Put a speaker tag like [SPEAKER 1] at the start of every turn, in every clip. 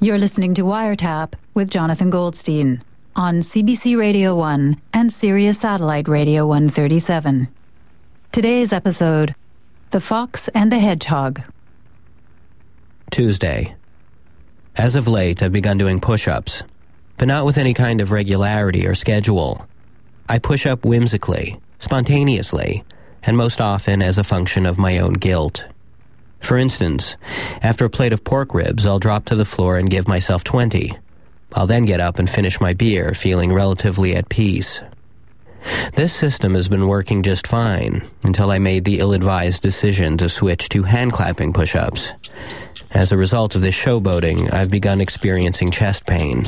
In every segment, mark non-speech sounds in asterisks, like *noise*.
[SPEAKER 1] You're listening to Wiretap with Jonathan Goldstein on CBC Radio 1 and Sirius Satellite Radio 137. Today's episode The Fox and the Hedgehog.
[SPEAKER 2] Tuesday. As of late, I've begun doing push ups, but not with any kind of regularity or schedule. I push up whimsically, spontaneously, and most often as a function of my own guilt. For instance, after a plate of pork ribs, I'll drop to the floor and give myself 20. I'll then get up and finish my beer, feeling relatively at peace. This system has been working just fine until I made the ill advised decision to switch to hand clapping push ups. As a result of this showboating, I've begun experiencing chest pain.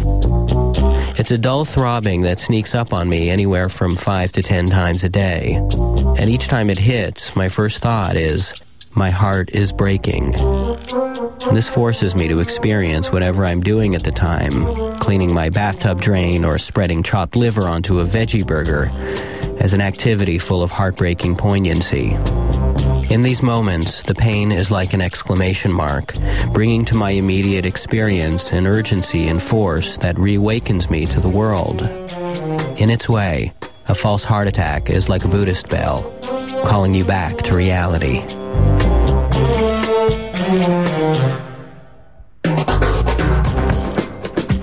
[SPEAKER 2] It's a dull throbbing that sneaks up on me anywhere from five to ten times a day. And each time it hits, my first thought is, my heart is breaking. This forces me to experience whatever I'm doing at the time, cleaning my bathtub drain or spreading chopped liver onto a veggie burger, as an activity full of heartbreaking poignancy. In these moments, the pain is like an exclamation mark, bringing to my immediate experience an urgency and force that reawakens me to the world. In its way, a false heart attack is like a Buddhist bell, calling you back to reality.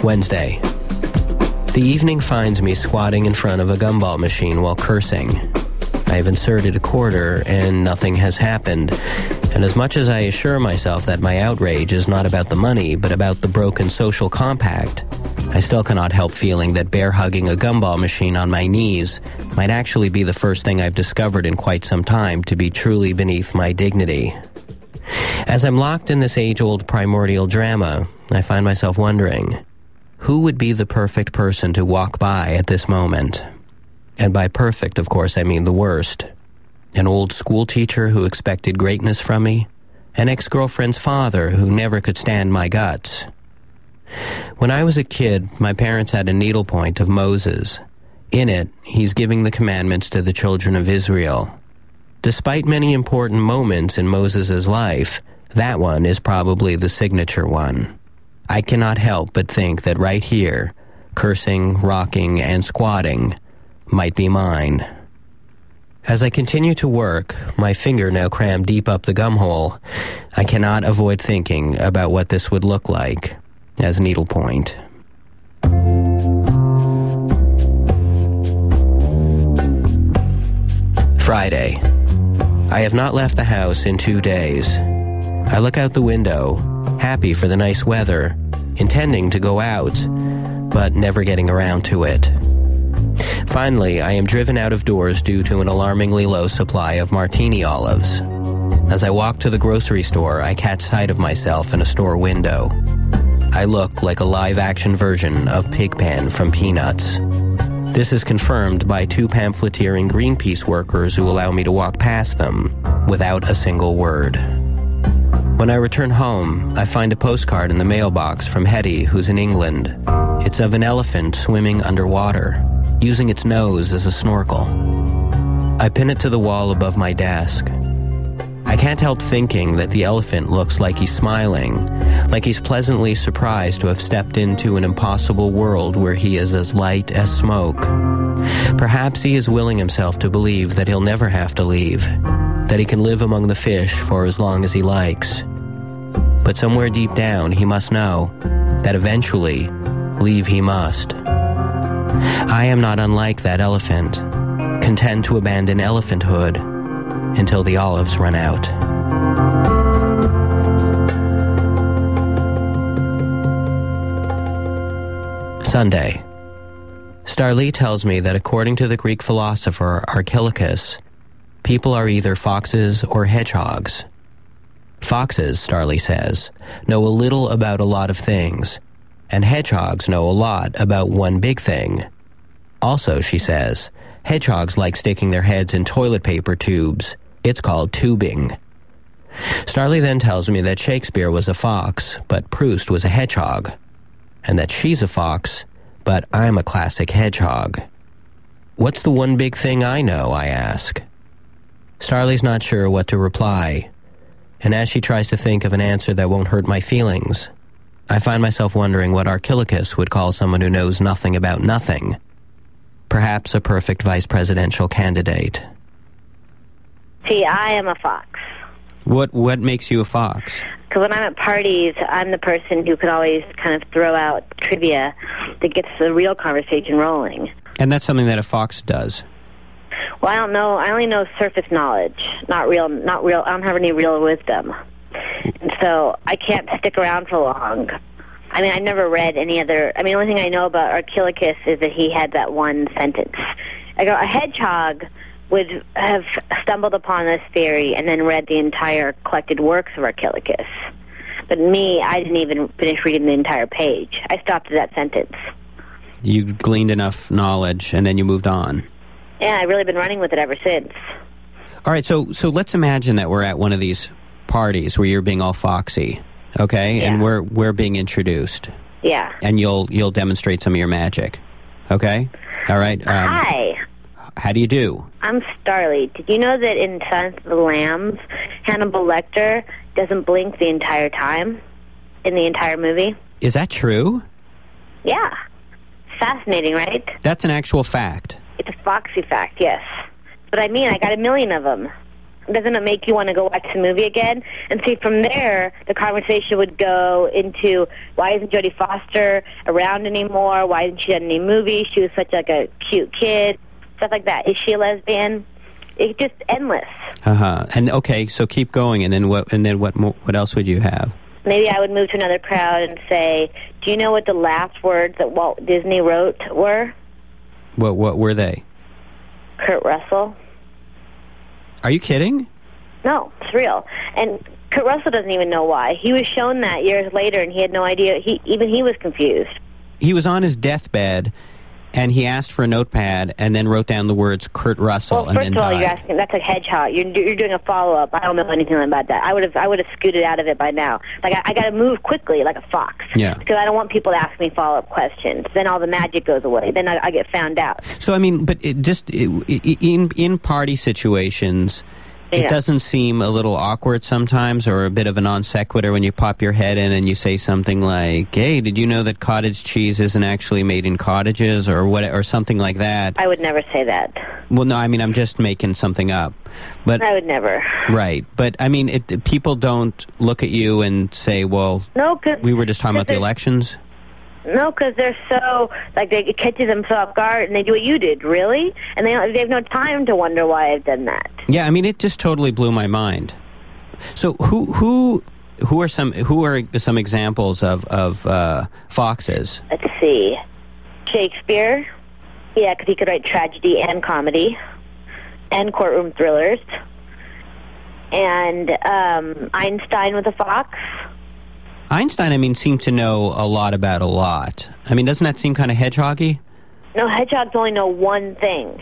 [SPEAKER 2] Wednesday. The evening finds me squatting in front of a gumball machine while cursing. I've inserted a quarter and nothing has happened. And as much as I assure myself that my outrage is not about the money, but about the broken social compact, I still cannot help feeling that bear hugging a gumball machine on my knees might actually be the first thing I've discovered in quite some time to be truly beneath my dignity. As I'm locked in this age old primordial drama, I find myself wondering who would be the perfect person to walk by at this moment? And by perfect, of course, I mean the worst. An old school teacher who expected greatness from me, an ex girlfriend's father who never could stand my guts. When I was a kid, my parents had a needlepoint of Moses. In it, he's giving the commandments to the children of Israel. Despite many important moments in Moses' life, that one is probably the signature one. I cannot help but think that right here, cursing, rocking, and squatting might be mine. As I continue to work, my finger now crammed deep up the gum hole, I cannot avoid thinking about what this would look like as needlepoint. Friday. I have not left the house in two days. I look out the window, happy for the nice weather, intending to go out, but never getting around to it. Finally, I am driven out of doors due to an alarmingly low supply of martini olives. As I walk to the grocery store, I catch sight of myself in a store window. I look like a live action version of Pigpen from Peanuts. This is confirmed by two pamphleteering Greenpeace workers who allow me to walk past them without a single word. When I return home, I find a postcard in the mailbox from Hetty, who's in England. It's of an elephant swimming underwater, using its nose as a snorkel. I pin it to the wall above my desk. I can't help thinking that the elephant looks like he's smiling, like he's pleasantly surprised to have stepped into an impossible world where he is as light as smoke. Perhaps he is willing himself to believe that he'll never have to leave, that he can live among the fish for as long as he likes. But somewhere deep down, he must know that eventually, leave he must. I am not unlike that elephant, content to abandon elephanthood until the olives run out. Sunday. Starlee tells me that according to the Greek philosopher Archilochus, people are either foxes or hedgehogs. Foxes, Starlee says, know a little about a lot of things, and hedgehogs know a lot about one big thing. Also, she says, hedgehogs like sticking their heads in toilet paper tubes. It's called tubing. Starley then tells me that Shakespeare was a fox, but Proust was a hedgehog, and that she's a fox, but I'm a classic hedgehog. What's the one big thing I know? I ask. Starley's not sure what to reply, and as she tries to think of an answer that won't hurt my feelings, I find myself wondering what Archilochus would call someone who knows nothing about nothing. Perhaps a perfect vice presidential candidate.
[SPEAKER 3] See, I am a fox.
[SPEAKER 2] What what makes you a fox?
[SPEAKER 3] Because when I'm at parties, I'm the person who can always kind of throw out trivia that gets the real conversation rolling.
[SPEAKER 2] And that's something that a fox does.
[SPEAKER 3] Well, I don't know. I only know surface knowledge, not real, not real. I don't have any real wisdom, and so I can't stick around for long. I mean, I never read any other. I mean, the only thing I know about Archilochus is that he had that one sentence. I go, a hedgehog would have stumbled upon this theory and then read the entire collected works of Archilochus. But me, I didn't even finish reading the entire page. I stopped at that sentence.
[SPEAKER 2] You gleaned enough knowledge and then you moved on.
[SPEAKER 3] Yeah, I've really been running with it ever since.
[SPEAKER 2] All right, so so let's imagine that we're at one of these parties where you're being all foxy, okay? And
[SPEAKER 3] Yeah.
[SPEAKER 2] we're we're being introduced
[SPEAKER 3] Yeah.
[SPEAKER 2] and you'll you'll demonstrate some of your magic. Okay? All right. Um,
[SPEAKER 3] Hi,
[SPEAKER 2] how do you do?
[SPEAKER 3] I'm Starly. Did you know that in Silence of the Lambs, Hannibal Lecter doesn't blink the entire time in the entire movie?
[SPEAKER 2] Is that true?
[SPEAKER 3] Yeah. Fascinating, right?
[SPEAKER 2] That's an actual fact.
[SPEAKER 3] It's a foxy fact, yes. But I mean, I got a million of them. Doesn't it make you want to go watch the movie again? And see, from there, the conversation would go into why isn't Jodie Foster around anymore? Why isn't she done any movies? She was such like a cute kid, stuff like that. Is she a lesbian? It's just endless.
[SPEAKER 2] Uh-huh. And okay, so keep going and then what and then what mo- what else would you have?
[SPEAKER 3] Maybe I would move to another crowd and say, "Do you know what the last words that Walt Disney wrote were?"
[SPEAKER 2] What what were they?
[SPEAKER 3] Kurt Russell.
[SPEAKER 2] Are you kidding?
[SPEAKER 3] No, it's real. And Kurt Russell doesn't even know why. He was shown that years later, and he had no idea. He even he was confused.
[SPEAKER 2] He was on his deathbed and he asked for a notepad and then wrote down the words Kurt Russell
[SPEAKER 3] Well,
[SPEAKER 2] and
[SPEAKER 3] first
[SPEAKER 2] then
[SPEAKER 3] of all,
[SPEAKER 2] died.
[SPEAKER 3] you're asking. That's a hedgehog. You're, do- you're doing a follow up. I don't know anything about that. I would have I would have scooted out of it by now. Like I, I got to move quickly, like a fox.
[SPEAKER 2] Yeah.
[SPEAKER 3] Because I don't want people to ask me follow up questions. Then all the magic goes away. Then I, I get found out.
[SPEAKER 2] So I mean, but it just it, i in in party situations, it
[SPEAKER 3] Yeah.
[SPEAKER 2] doesn't seem a little awkward sometimes, or a bit of a non sequitur when you pop your head in and you say something like, "Hey, did you know that cottage cheese isn't actually made in cottages?" or what, or something like that.
[SPEAKER 3] I would never say that.
[SPEAKER 2] Well, no, I mean I'm just making something up, but
[SPEAKER 3] I would never.
[SPEAKER 2] right, but I mean, it, people don't look at you and say, "Well,
[SPEAKER 3] No, because
[SPEAKER 2] we were just talking about the elections."
[SPEAKER 3] No, because they're so like they, it catches them so off guard, and they do what you did, really, and they don't, they have no time to wonder why I've done that.
[SPEAKER 2] Yeah, I mean, it just totally blew my mind. So who who who are some who are some examples of of uh, foxes?
[SPEAKER 3] Let's see, Shakespeare, yeah, because he could write tragedy and comedy, and courtroom thrillers, and um, Einstein with a fox.
[SPEAKER 2] Einstein, I mean, seemed to know a lot about a lot. I mean, doesn't that seem kind of hedgehoggy?
[SPEAKER 3] No, hedgehogs only know one thing.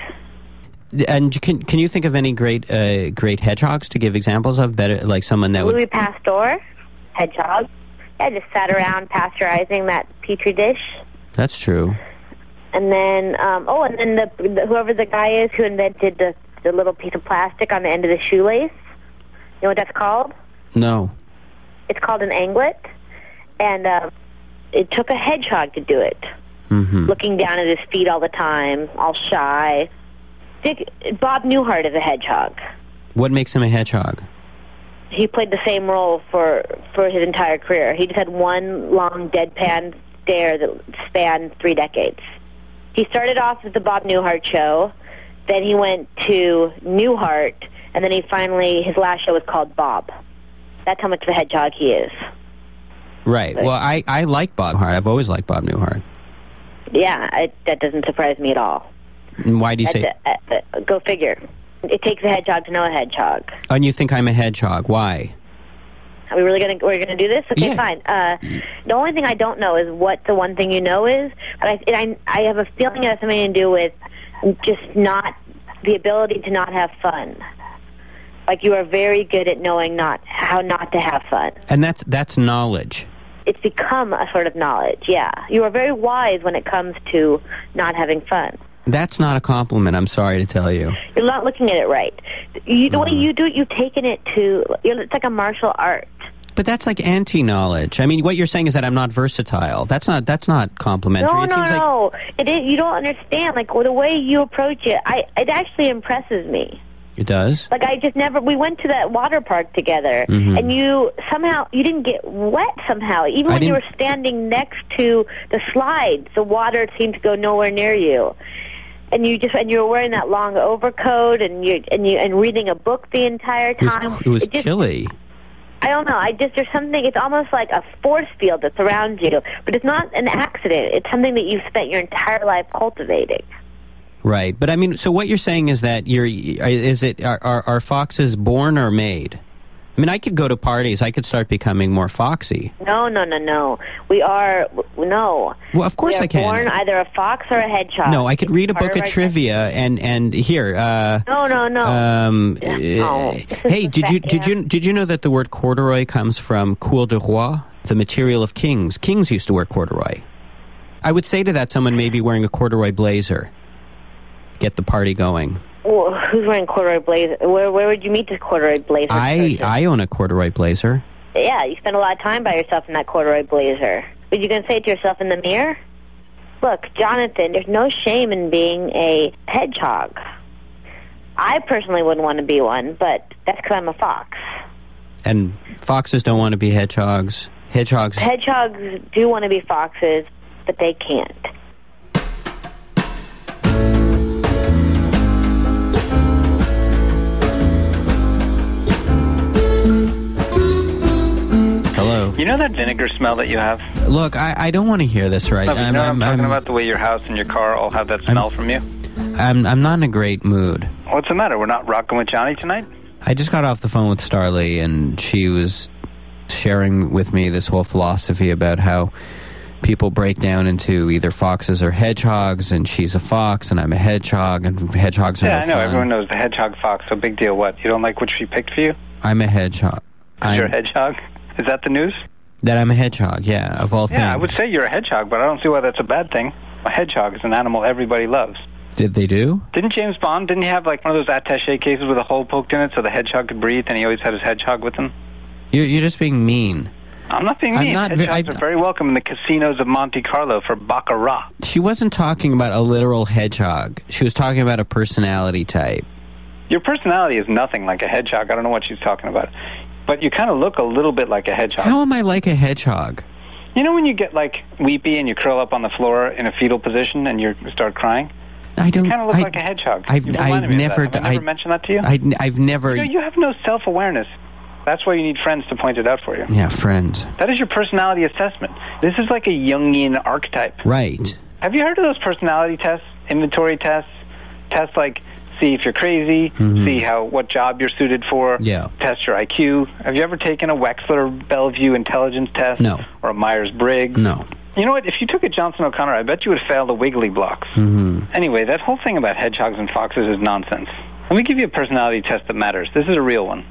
[SPEAKER 2] And can can you think of any great uh, great hedgehogs to give examples of? Better like someone that would.
[SPEAKER 3] Louis Pasteur, hedgehog. Yeah, just sat around pasteurizing that petri dish.
[SPEAKER 2] That's true.
[SPEAKER 3] And then, um, oh, and then the, the whoever the guy is who invented the the little piece of plastic on the end of the shoelace. You know what that's called?
[SPEAKER 2] No.
[SPEAKER 3] It's called an anglet, and um, it took a hedgehog to do it. Mm-hmm. Looking down at his feet all the time, all shy. Dick, Bob Newhart is a hedgehog.
[SPEAKER 2] What makes him a hedgehog?
[SPEAKER 3] He played the same role for for his entire career. He just had one long deadpan stare that spanned three decades. He started off with the Bob Newhart show, then he went to Newhart, and then he finally his last show was called Bob. That's how much of a hedgehog he is.
[SPEAKER 2] Right. Well, I, I like Bob Hart. I've always liked Bob Newhart.
[SPEAKER 3] Yeah, I, that doesn't surprise me at all.
[SPEAKER 2] And Why do you say?
[SPEAKER 3] That's a, a, a, go figure. It takes a hedgehog to know a hedgehog.
[SPEAKER 2] "Oh, And you think I'm a hedgehog? Why?
[SPEAKER 3] Are we really gonna we're gonna do this? Okay,
[SPEAKER 2] Yeah.
[SPEAKER 3] fine. Uh, the only thing I don't know is what the one thing you know is, but I and I, I have a feeling it has something to do with just not the ability to not have fun. Like you are very good at knowing not how not to have fun.
[SPEAKER 2] And that's that's knowledge.
[SPEAKER 3] It's become a sort of knowledge. Yeah, you are very wise when it comes to not having fun.
[SPEAKER 2] That's not a compliment. I'm sorry to tell you.
[SPEAKER 3] You're not looking at it right. You, the way you do it, you've taken it to. You're, it's like a martial art.
[SPEAKER 2] But that's like anti-knowledge. I mean, what you're saying is that I'm not versatile. That's not that's not complimentary.
[SPEAKER 3] No,
[SPEAKER 2] it
[SPEAKER 3] no,
[SPEAKER 2] seems like
[SPEAKER 3] no. It is, you don't understand. Like the way you approach it, I it actually impresses me.
[SPEAKER 2] it does.
[SPEAKER 3] Like I just never. We went to that water park together, and you somehow you didn't get wet. Somehow, even
[SPEAKER 2] Mm-hmm. I
[SPEAKER 3] when you were
[SPEAKER 2] didn't-
[SPEAKER 3] standing next to the slides, the water seemed to go nowhere near you. And you just and you were wearing that long overcoat, and you and you and reading a book the entire
[SPEAKER 2] It was,
[SPEAKER 3] time.
[SPEAKER 2] it was
[SPEAKER 3] just,
[SPEAKER 2] chilly.
[SPEAKER 3] I don't know. I just there's something. It's almost like a force field that surrounds you, but it's not an accident. It's something that you've spent your entire life cultivating.
[SPEAKER 2] Right. But I mean, so what you're saying is that you're is it are are, are foxes born or made? I mean, I could go to parties. I could start becoming more foxy.
[SPEAKER 3] No, no, no, no. We are w- no.
[SPEAKER 2] Well, of course
[SPEAKER 3] we are
[SPEAKER 2] I can.
[SPEAKER 3] Born either a fox or a hedgehog.
[SPEAKER 2] No, I could read a
[SPEAKER 3] Part
[SPEAKER 2] book
[SPEAKER 3] of
[SPEAKER 2] of
[SPEAKER 3] our-
[SPEAKER 2] trivia and and here. Uh,
[SPEAKER 3] No, no, no.
[SPEAKER 2] Um,
[SPEAKER 3] Yeah.
[SPEAKER 2] eh,
[SPEAKER 3] Oh, *laughs* this is
[SPEAKER 2] hey,
[SPEAKER 3] the
[SPEAKER 2] did you
[SPEAKER 3] fact,
[SPEAKER 2] did
[SPEAKER 3] yeah.
[SPEAKER 2] you did you know that the word corduroy comes from cour de roi, the material of kings? Kings used to wear corduroy. I would say to that someone maybe wearing a corduroy blazer. Get the party going.
[SPEAKER 3] Well, who's wearing corduroy blazer? Where where would you meet this corduroy blazer?
[SPEAKER 2] I
[SPEAKER 3] person?
[SPEAKER 2] I own a corduroy blazer.
[SPEAKER 3] yeah, you spend a lot of time by yourself in that corduroy blazer. But you can say to yourself in the mirror, "Look, Jonathan, there's no shame in being a hedgehog. I personally wouldn't want to be one, but that's because I'm a fox.
[SPEAKER 2] And foxes don't want to be hedgehogs.
[SPEAKER 3] *laughs*
[SPEAKER 2] Hedgehogs.
[SPEAKER 3] Hedgehogs do want to be foxes, but they can't."
[SPEAKER 2] Hello.
[SPEAKER 4] You know that vinegar smell that you have?
[SPEAKER 2] Look, I, I don't want to hear this right
[SPEAKER 4] No, but you know what I'm, talking
[SPEAKER 2] I'm,
[SPEAKER 4] about the way your house and your car all have that smell from you.
[SPEAKER 2] I'm I'm not in a great mood.
[SPEAKER 4] What's the matter? We're not rocking with Johnny tonight?
[SPEAKER 2] I just got off the phone with Starley, and she was sharing with me this whole philosophy about how people break down into either foxes or hedgehogs, and she's a fox, and I'm a hedgehog, and hedgehogs are no
[SPEAKER 4] yeah, I know.
[SPEAKER 2] fun.
[SPEAKER 4] Everyone knows the hedgehog fox. So big deal. What? You don't like what she picked for you?
[SPEAKER 2] I'm a hedgehog. I'm,
[SPEAKER 4] You're a hedgehog. Is that the news?
[SPEAKER 2] that I'm a hedgehog, yeah, of all
[SPEAKER 4] Yeah, I
[SPEAKER 2] things.
[SPEAKER 4] would say you're a hedgehog, but I don't see why that's a bad thing. A hedgehog is an animal everybody loves.
[SPEAKER 2] Did they do?
[SPEAKER 4] Didn't James Bond? Didn't he have like one of those attaché cases with a hole poked in it so the hedgehog could breathe, and he always had his hedgehog with him?
[SPEAKER 2] You're, you're just being mean.
[SPEAKER 4] I'm not being
[SPEAKER 2] I'm
[SPEAKER 4] mean.
[SPEAKER 2] not ve-
[SPEAKER 4] Hedgehogs
[SPEAKER 2] I-
[SPEAKER 4] are very welcome in the casinos of Monte Carlo for baccarat.
[SPEAKER 2] She wasn't talking about a literal hedgehog. She was talking about a personality type.
[SPEAKER 4] Your personality is nothing like a hedgehog. I don't know what she's talking about. But you kind of look a little bit like a hedgehog.
[SPEAKER 2] How am I like a hedgehog?
[SPEAKER 4] You know when you get like weepy and you curl up on the floor in a fetal position and you start crying?
[SPEAKER 2] I don't.
[SPEAKER 4] Kind of look
[SPEAKER 2] I,
[SPEAKER 4] like a hedgehog.
[SPEAKER 2] I've,
[SPEAKER 4] You've
[SPEAKER 2] I've
[SPEAKER 4] reminded me of
[SPEAKER 2] never.
[SPEAKER 4] that. Have I never
[SPEAKER 2] I-
[SPEAKER 4] mentioned that to you?
[SPEAKER 2] I, have never.
[SPEAKER 4] you, know, you have no self-awareness. That's why you need friends to point it out for you.
[SPEAKER 2] yeah, friends.
[SPEAKER 4] That is your personality assessment. This is like a Jungian archetype.
[SPEAKER 2] Right.
[SPEAKER 4] Have you heard of those personality tests, inventory tests, tests like see if you're crazy, see how what job you're suited for,
[SPEAKER 2] Mm-hmm. Yeah.
[SPEAKER 4] test your IQ? Have you ever taken a Wexler Bellevue intelligence test?
[SPEAKER 2] No.
[SPEAKER 4] Or a Myers Briggs?
[SPEAKER 2] No.
[SPEAKER 4] You know what? If you took a Johnson O'Connor, I bet you would fail the Wiggly blocks. Mm-hmm. Anyway, that whole thing about hedgehogs and foxes is nonsense. Let me give you a personality test that matters. This is a real one.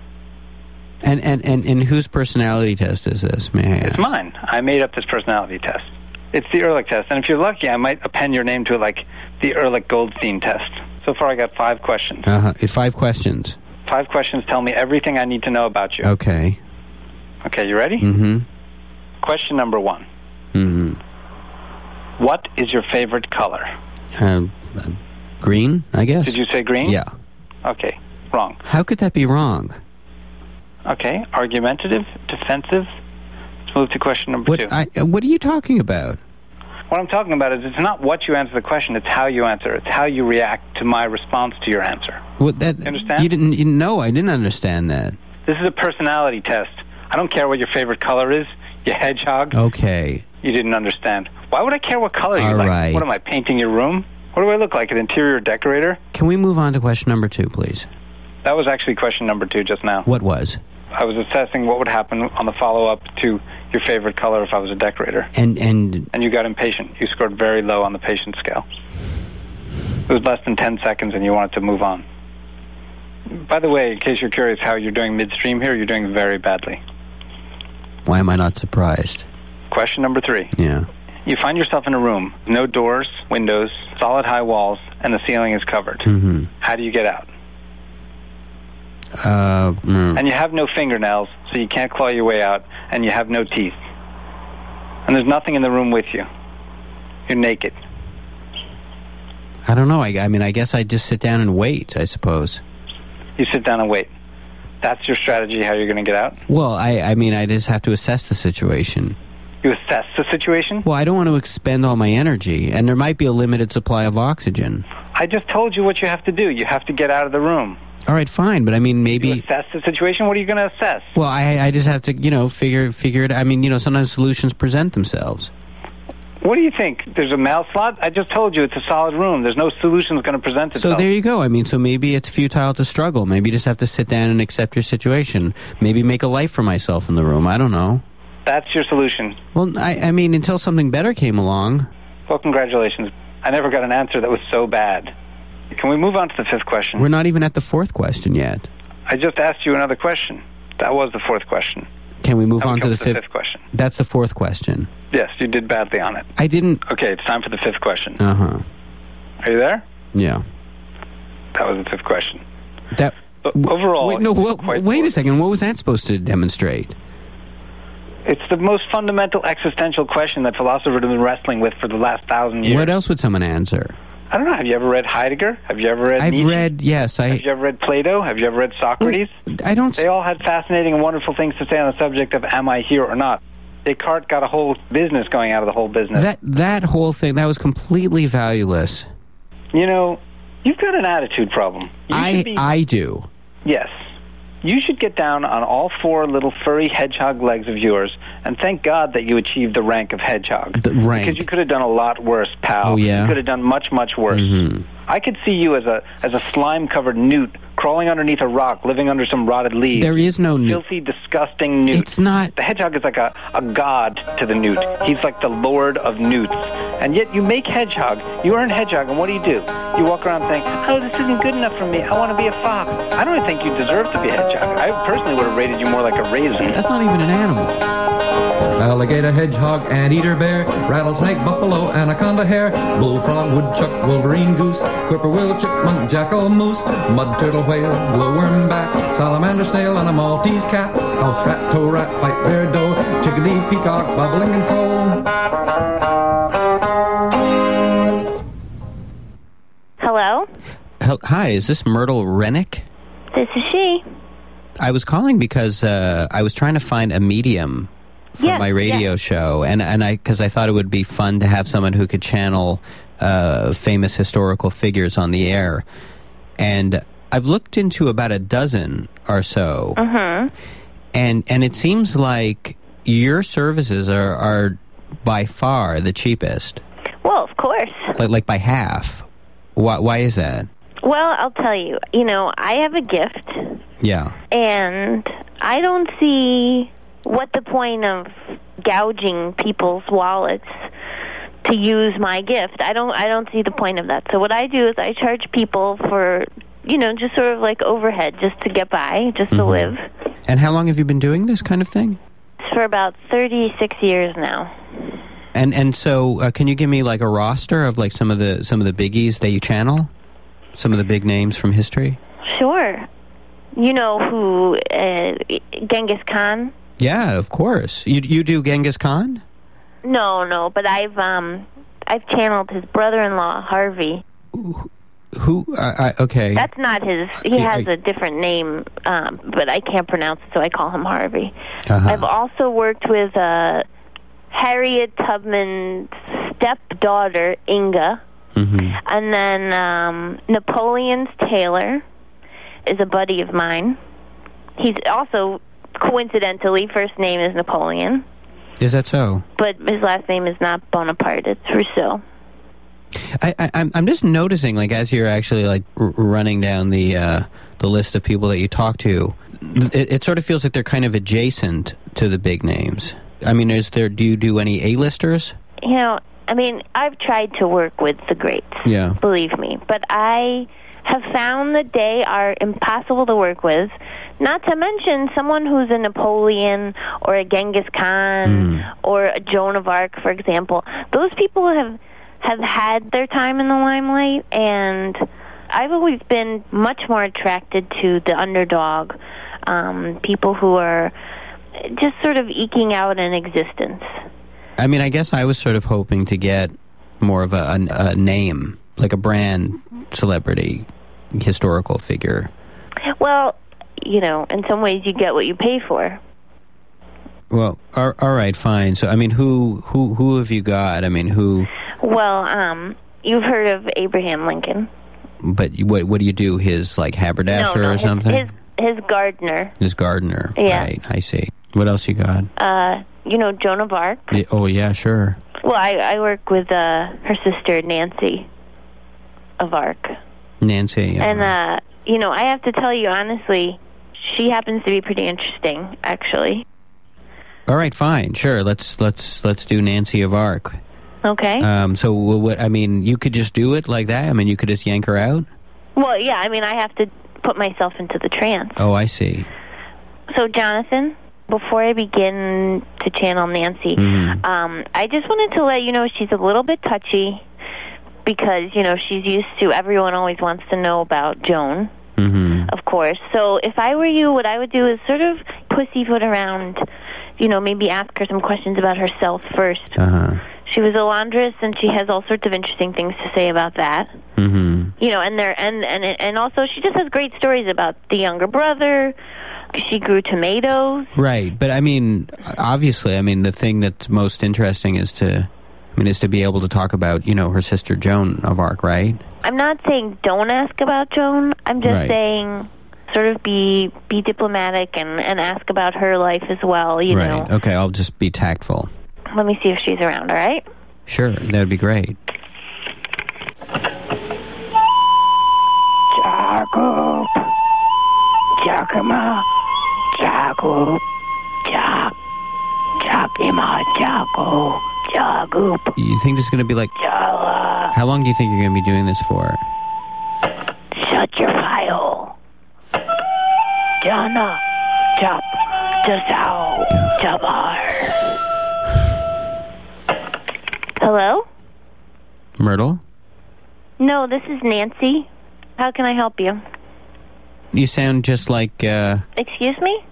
[SPEAKER 2] And and and, and whose personality test is this, may I ask?
[SPEAKER 4] It's mine. I made up this personality test. It's the Ehrlich test, and if you're lucky, I might append your name to it like the Ehrlich Goldstein test. So far, I got five questions.
[SPEAKER 2] Uh-huh. It's Five questions.
[SPEAKER 4] Five questions tell me everything I need to know about you.
[SPEAKER 2] Okay.
[SPEAKER 4] Okay, you ready?
[SPEAKER 2] Mm-hmm.
[SPEAKER 4] Question number one
[SPEAKER 2] Mm-hmm.
[SPEAKER 4] What is your favorite color?
[SPEAKER 2] Um, uh, green, I guess.
[SPEAKER 4] Did you say green?
[SPEAKER 2] Yeah.
[SPEAKER 4] Okay, wrong.
[SPEAKER 2] How could that be wrong?
[SPEAKER 4] Okay, argumentative, defensive. Let's move to question number two.
[SPEAKER 2] What I, uh, what are you talking about?
[SPEAKER 4] What I'm talking about is it's not what you answer the question, it's how you answer. It's how you react to my response to your answer.
[SPEAKER 2] What that you,
[SPEAKER 4] understand?
[SPEAKER 2] didn't you, no, I didn't understand that.
[SPEAKER 4] This is a personality test. I don't care what your favorite color is. You hedgehog.
[SPEAKER 2] Okay.
[SPEAKER 4] You didn't understand. Why would I care what color you
[SPEAKER 2] Oh. All
[SPEAKER 4] like?
[SPEAKER 2] right.
[SPEAKER 4] What am I painting your room? What do I look like? An interior decorator?
[SPEAKER 2] Can we move on to question number 2, please?
[SPEAKER 4] That was actually question number two just now.
[SPEAKER 2] What was?
[SPEAKER 4] I was assessing what would happen on the follow up to your favorite color if I was a decorator.
[SPEAKER 2] And and
[SPEAKER 4] And you got impatient. You scored very low on the patient scale. It was less than 10 seconds and you wanted to move on. By the way, in case you're curious how you're doing midstream here, you're doing very badly.
[SPEAKER 2] why am I not surprised?
[SPEAKER 4] Question number three.
[SPEAKER 2] Yeah.
[SPEAKER 4] You find yourself in a room, no doors, windows, solid high walls, and the ceiling is covered.
[SPEAKER 2] Mhm.
[SPEAKER 4] How do you get out?
[SPEAKER 2] Uh mm.
[SPEAKER 4] And you have no fingernails, so you can't claw your way out, and you have no teeth. And there's nothing in the room with you. You're naked.
[SPEAKER 2] I don't know. I, I mean, I guess I just sit down and wait. I suppose.
[SPEAKER 4] You sit down and wait. That's your strategy, how you're going to get out?
[SPEAKER 2] Well, I, I mean, I just have to assess the situation.
[SPEAKER 4] You assess the situation?
[SPEAKER 2] Well, I don't want to expend all my energy, and there might be a limited supply of oxygen.
[SPEAKER 4] I just told you what you have to do. You have to get out of the room.
[SPEAKER 2] All right, fine, but I mean,
[SPEAKER 4] You
[SPEAKER 2] maybe.
[SPEAKER 4] assess the situation? What are you going to assess?
[SPEAKER 2] Well, I, I just have to, you know, figure figure it. I mean, you know, sometimes solutions present themselves.
[SPEAKER 4] What do you think? There's a mouse slot? I just told you it's a solid room. There's no solution's going to present
[SPEAKER 2] So
[SPEAKER 4] itself.
[SPEAKER 2] there you go. I mean, so maybe it's futile to struggle. Maybe you just have to sit down and accept your situation. Maybe make a life for myself in the room. I don't know.
[SPEAKER 4] That's your solution.
[SPEAKER 2] Well, I, I mean, until something better came along.
[SPEAKER 4] Well, congratulations. I never got an answer that was so bad. Can we move on to the fifth question?
[SPEAKER 2] We're not even at the fourth question yet.
[SPEAKER 4] I just asked you another question. That was the fourth question.
[SPEAKER 2] Can we move
[SPEAKER 4] Now we
[SPEAKER 2] on to
[SPEAKER 4] come
[SPEAKER 2] the
[SPEAKER 4] to the
[SPEAKER 2] fifth?
[SPEAKER 4] fifth question.
[SPEAKER 2] That's the fourth question.
[SPEAKER 4] Yes, you did badly on it.
[SPEAKER 2] I didn't.
[SPEAKER 4] Okay, it's time for the fifth question.
[SPEAKER 2] Uh huh.
[SPEAKER 4] Are you there?
[SPEAKER 2] Yeah.
[SPEAKER 4] That was the fifth question.
[SPEAKER 2] That.
[SPEAKER 4] O- overall,
[SPEAKER 2] Wait, no.
[SPEAKER 4] it's
[SPEAKER 2] Well,
[SPEAKER 4] quite
[SPEAKER 2] wait
[SPEAKER 4] poor.
[SPEAKER 2] a second. What was that supposed to demonstrate?
[SPEAKER 4] It's the most fundamental existential question that philosophers have been wrestling with for the last thousand years.
[SPEAKER 2] What else would someone answer?
[SPEAKER 4] I don't know. Have you ever read Heidegger? Have you ever read
[SPEAKER 2] I've
[SPEAKER 4] Nietzsche?
[SPEAKER 2] read. Yes, I. Oh,
[SPEAKER 4] Have you ever read Plato? Have you ever read Socrates?
[SPEAKER 2] I don't.
[SPEAKER 4] They all had fascinating and wonderful things to say on the subject of am I here or not. Descartes got a whole business going out of the whole business.
[SPEAKER 2] That that whole thing that was completely valueless.
[SPEAKER 4] you know, you've got an attitude problem. You
[SPEAKER 2] I
[SPEAKER 4] should be,
[SPEAKER 2] I do.
[SPEAKER 4] yes. You should get down on all four little furry hedgehog legs of yours, and thank God that you achieved the rank of hedgehog.
[SPEAKER 2] The rank.
[SPEAKER 4] Because you could have done a lot worse, pal.
[SPEAKER 2] Oh, yeah? Mm-hmm.
[SPEAKER 4] You could have done much, much worse. I could see you as a as a slime covered newt crawling underneath a rock, living under some rotted leaves.
[SPEAKER 2] There is no new.
[SPEAKER 4] filthy, disgusting newt.
[SPEAKER 2] It's not.
[SPEAKER 4] The hedgehog is like a, a god to the newt. He's like the lord of newts. And yet you make hedgehog. You earn hedgehog, and what do you do? You walk around saying, oh, this isn't good enough for me. I want to be a fox. I don't think you deserve to be a hedgehog. I personally would have rated you more like a raisin.
[SPEAKER 2] That's not even an animal.
[SPEAKER 5] Alligator, hedgehog, anteater, bear, rattlesnake, buffalo, anaconda, hare, bullfrog, woodchuck, wolverine, goose, whippoorwill, chipmunk, jackal, moose, mud turtle, whale, glowworm, back, salamander, snail, and a Maltese cat, house rat, toe rat, white bear, doe, chickadee, peacock, bobolink, and crow.
[SPEAKER 3] Hello,
[SPEAKER 2] Hel- Hi, is this Myrtle Rennick?
[SPEAKER 3] this is she.
[SPEAKER 2] I was calling because uh, I was trying to find a medium for
[SPEAKER 3] Yes,
[SPEAKER 2] my radio show, and and I because I thought it would be fun to have someone who could channel uh, famous historical figures on the air, and I've looked into about a dozen or so,
[SPEAKER 3] Uh-huh.
[SPEAKER 2] and and it seems like your services are are by far the cheapest,
[SPEAKER 3] Well, of course.
[SPEAKER 2] like like by half. Why why is that?
[SPEAKER 3] Well, I'll tell you. You know, I have a gift.
[SPEAKER 2] Yeah.
[SPEAKER 3] and I don't see what the point of gouging people's wallets to use my gift. I don't I don't see the point of that. So what I do is I charge people for you know just sort of like overhead just to get by, just to live.
[SPEAKER 2] And how long have you been doing this kind of thing?
[SPEAKER 3] It's for about 36 years now.
[SPEAKER 2] And and so, uh, can you give me like a roster of like some of the some of the biggies that you channel, some of the big names from history?
[SPEAKER 3] Sure. You know who uh, Genghis Khan?
[SPEAKER 2] Yeah, of course. You you do Genghis Khan?
[SPEAKER 3] No, no, but I've um I've channeled his brother-in-law Harvey.
[SPEAKER 2] Who? Uh, I, okay.
[SPEAKER 3] That's not his. He
[SPEAKER 2] Yeah,
[SPEAKER 3] has
[SPEAKER 2] I-
[SPEAKER 3] a different name, um, but I can't pronounce it, so I call him Harvey.
[SPEAKER 2] Uh-huh.
[SPEAKER 3] I've also worked with uh, Harriet Tubman's stepdaughter, Inga, and then um, Napoleon's Taylor is a buddy of mine. He's also, coincidentally, first name is Napoleon,
[SPEAKER 2] Is that so?
[SPEAKER 3] but his last name is not Bonaparte, it's Rousseau.
[SPEAKER 2] I, I I'm I'm just noticing like as you're actually like r- running down the uh, the list of people that you talk to, it, it sort of feels like they're kind of adjacent to the big names. I mean, is there? Do you do any A-listers?
[SPEAKER 3] You know, I mean, I've tried to work with the greats.
[SPEAKER 2] Yeah.
[SPEAKER 3] believe me. But I have found that they are impossible to work with. Not to mention someone who's a Napoleon or a Genghis Khan or a Joan of Arc, for example. Those people have have had their time in the limelight, and I've always been much more attracted to the underdog, um, people who are just sort of eking out an existence.
[SPEAKER 2] I mean, I guess I was sort of hoping to get more of a, a, a name, like a brand celebrity, historical figure.
[SPEAKER 3] Well, you know, in some ways you get what you pay for.
[SPEAKER 2] Well, all, all right, fine. So, I mean, who who who have you got? I mean, who?
[SPEAKER 3] Well, um, you've heard of Abraham Lincoln.
[SPEAKER 2] But you- what what do you do? His like haberdasher
[SPEAKER 3] no, no,
[SPEAKER 2] or
[SPEAKER 3] his,
[SPEAKER 2] something?
[SPEAKER 3] His, his gardener.
[SPEAKER 2] His gardener.
[SPEAKER 3] Yeah.
[SPEAKER 2] Right. I see. What else you got?
[SPEAKER 3] Uh, you know, Joan of Arc.
[SPEAKER 2] Yeah, oh yeah, sure.
[SPEAKER 3] Well, I, I work with uh, her sister, Nancy of Arc.
[SPEAKER 2] Nancy.
[SPEAKER 3] And, uh, you know, I have to tell you honestly, she happens to be pretty interesting, actually.
[SPEAKER 2] all right, fine. Sure. Let's let's let's do Nancy of Arc.
[SPEAKER 3] Okay?
[SPEAKER 2] Um. So wh- what? I mean, you could just do it like that. I mean, you could just yank her out.
[SPEAKER 3] well, yeah, I mean, I have to put myself into the trance.
[SPEAKER 2] Oh, I see.
[SPEAKER 3] So, Jonathan, before I begin to channel Nancy, um, I just wanted to let you know she's a little bit touchy because, you know, she's used to everyone always wants to know about Joan,
[SPEAKER 2] Mm-hmm.
[SPEAKER 3] of course. So, if I were you, what I would do is sort of pussyfoot around, you know, maybe ask her some questions about herself first.
[SPEAKER 2] Uh huh.
[SPEAKER 3] She was a laundress and she has all sorts of interesting things to say about that.
[SPEAKER 2] Mm-hmm.
[SPEAKER 3] You know, and there and and and also she just has great stories about the younger brother. She grew tomatoes.
[SPEAKER 2] Right, but I mean, obviously, I mean, the thing that's most interesting is to, I mean, is to be able to talk about, you know, her sister Joan of Arc, right?
[SPEAKER 3] I'm not saying don't ask about Joan. I'm just
[SPEAKER 2] Right.
[SPEAKER 3] saying sort of be be diplomatic and and ask about her life as well, you
[SPEAKER 2] right. Uh,
[SPEAKER 3] know.
[SPEAKER 2] Okay, I'll just be tactful.
[SPEAKER 3] Let me see if she's around, all right?
[SPEAKER 2] Sure, that would be great.
[SPEAKER 3] Jacob. Giacomo. Jacob. Jac. Giacomo. Jacob. Jacob.
[SPEAKER 2] You think this is going to be like? How long do you think you're going to be doing this for?
[SPEAKER 3] Shut your pie hole. Jana. Chop. Jasao. Jabar. Hello?
[SPEAKER 2] Myrtle,
[SPEAKER 3] No, this is Nancy. How can I help you?
[SPEAKER 2] you sound just like uh,
[SPEAKER 3] Excuse me?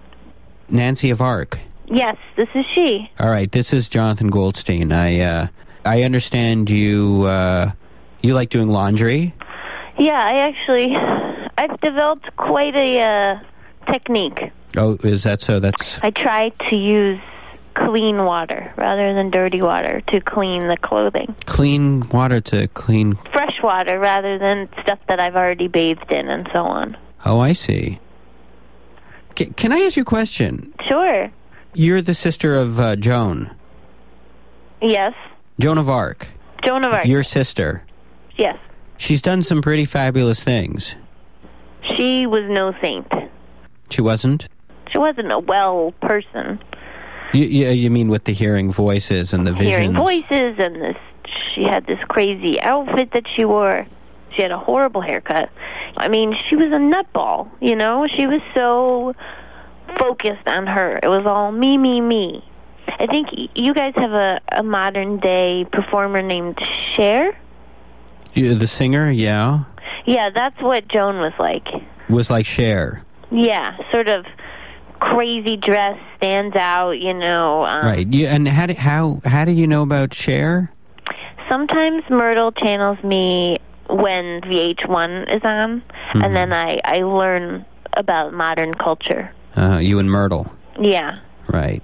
[SPEAKER 2] Nancy of Arc.
[SPEAKER 3] Yes, this is she.
[SPEAKER 2] All right, this is Jonathan Goldstein. I uh, I understand you uh, you like doing laundry.
[SPEAKER 3] Yeah, I actually, I've developed quite a uh, technique.
[SPEAKER 2] Oh, is that so? That's
[SPEAKER 3] I try to use clean water rather than dirty water to clean the clothing.
[SPEAKER 2] clean water to clean
[SPEAKER 3] Fresh water rather than stuff that I've already bathed in and so on.
[SPEAKER 2] Oh, I see. C- can I ask you a question?
[SPEAKER 3] Sure.
[SPEAKER 2] You're the sister of uh, Joan,
[SPEAKER 3] Yes.
[SPEAKER 2] Joan of Arc.
[SPEAKER 3] Joan of Arc.
[SPEAKER 2] Your sister.
[SPEAKER 3] yes.
[SPEAKER 2] She's done some pretty fabulous things.
[SPEAKER 3] She was no saint.
[SPEAKER 2] She wasn't.
[SPEAKER 3] She wasn't a well person.
[SPEAKER 2] You, you, you mean with the hearing voices and the visions?
[SPEAKER 3] Hearing voices and this she had this crazy outfit that she wore. She had a horrible haircut. I mean, she was a nutball, you know? She was so focused on her. It was all me, me, me. I think y- you guys have a, a modern day performer named Cher.
[SPEAKER 2] You- the singer, yeah,
[SPEAKER 3] Yeah, that's what Joan was like.
[SPEAKER 2] was like Cher.
[SPEAKER 3] Yeah, sort of crazy dress stands out, you know. Um,
[SPEAKER 2] Right. You, and how do, how how do you know about Cher?
[SPEAKER 3] Sometimes Myrtle channels me when VH1 is on, and then I, I learn about modern culture.
[SPEAKER 2] Uh, you and Myrtle.
[SPEAKER 3] Yeah.
[SPEAKER 2] Right.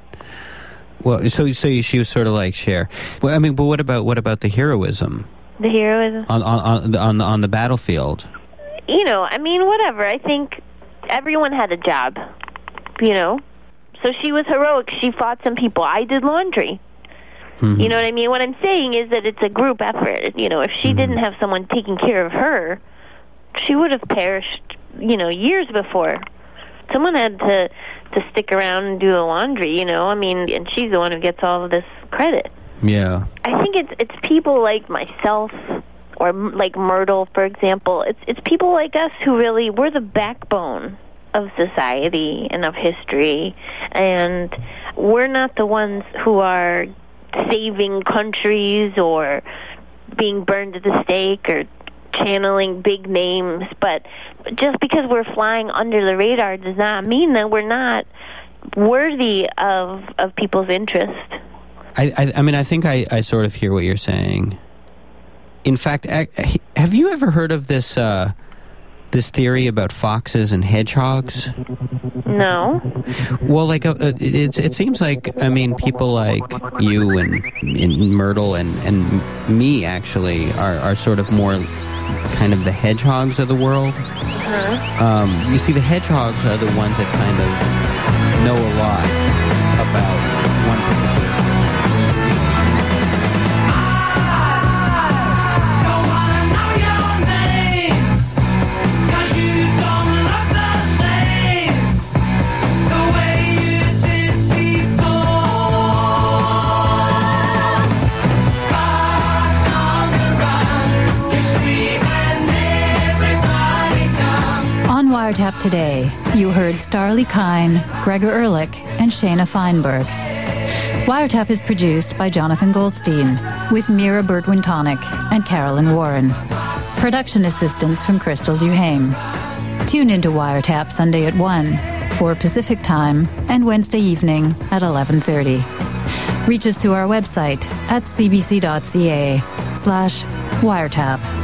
[SPEAKER 2] Well, so so she was sort of like Cher. Well, I mean, but what about what about the heroism
[SPEAKER 3] The heroism.
[SPEAKER 2] on on on the, on the, on the battlefield?
[SPEAKER 3] you know, I mean, whatever. I think everyone had a job, you know. So she was heroic. She fought some people. I did laundry. You know what I mean? What I'm saying is that it's a group effort. You know, if she didn't have someone taking care of her, she would have perished, you know, years before. Someone had to to stick around and do the laundry, you know. I mean, and she's the one who gets all of this credit.
[SPEAKER 2] Yeah.
[SPEAKER 3] I think it's it's people like myself or m- like Myrtle, for example. It's it's people like us who really we're the backbone of society and of history, and we're not the ones who are saving countries or being burned at the stake or channeling big names. But just because we're flying under the radar does not mean that we're not
[SPEAKER 6] worthy of of people's interest.
[SPEAKER 2] I, I, I mean, I think I, I sort of hear what you're saying. In fact, ac- h- have you ever heard of this uh, this theory about foxes and hedgehogs?
[SPEAKER 6] No,
[SPEAKER 2] Well, like uh, uh, it, it's- it seems like I mean, people like you and, and Myrtle and and me actually are are sort of more kind of the hedgehogs of the world. Um, you see, the hedgehogs are the ones that kind of know a lot about one particular.
[SPEAKER 1] On Wiretap today, you heard Starley Kine, Gregor Ehrlich, and Shayna Feinberg. Wiretap is produced by Jonathan Goldstein with Mira Bertwin-Tonic and Carolyn Warren. Production assistance from Crystal Duhame. Tune into Wiretap Sunday at 1, 4 Pacific Time, and Wednesday evening at 11.30. Reach us through our website at cbc.ca slash wiretap.